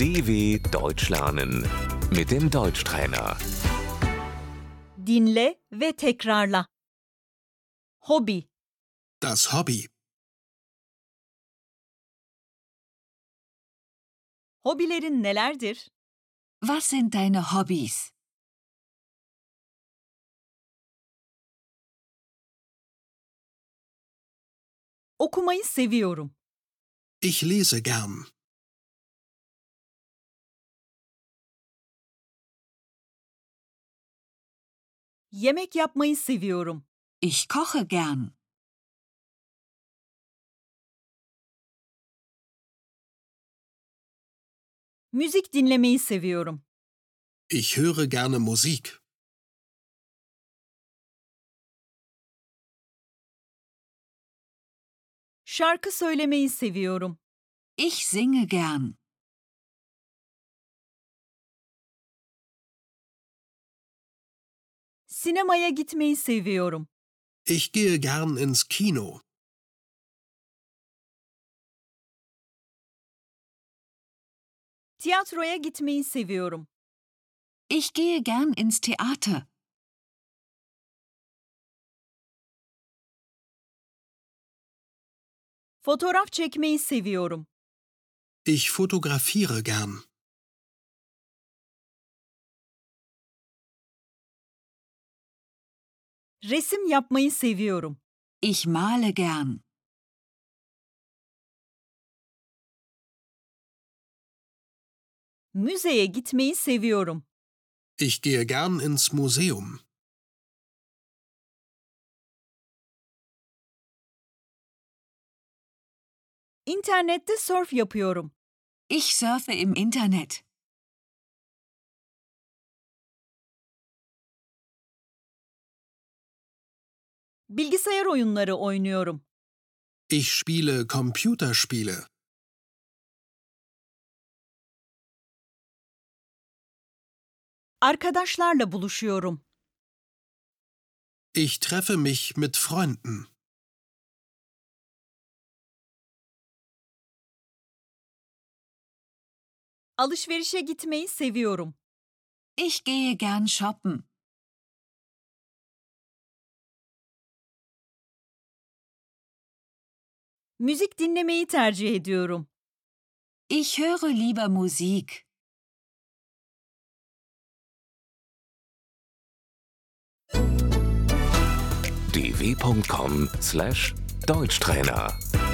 DW Deutsch lernen mit dem Deutschtrainer. Dinle ve tekrarla. Hobi, Das Hobby. hobilerin nelerdir? Was sind deine Hobbys? Okumayı seviyorum. Ich lese gern. Yemek yapmayı seviyorum. Ich koche gern. Müzik dinlemeyi seviyorum. Ich höre gerne Musik. Şarkı söylemeyi seviyorum. Ich singe gern. Sinemaya gitmeyi seviyorum. Ich gehe gern ins Kino. Tiyatroya gitmeyi seviyorum. Ich gehe gern ins Theater. Fotoğraf çekmeyi seviyorum. Ich fotografiere gern. Resim yapmayı seviyorum. Ich male gern. Müzeye gitmeyi seviyorum. Ich gehe gern ins Museum. İnternette surf yapıyorum. Ich surfe im Internet. Bilgisayar oyunları oynuyorum. Ich spiele Computerspiele. Arkadaşlarla buluşuyorum. Ich treffe mich mit Freunden. Alışverişe gitmeyi seviyorum. Ich gehe gern shoppen. Müzik dinlemeyi tercih ediyorum. Ich höre lieber Musik. dw.com/deutschtrainer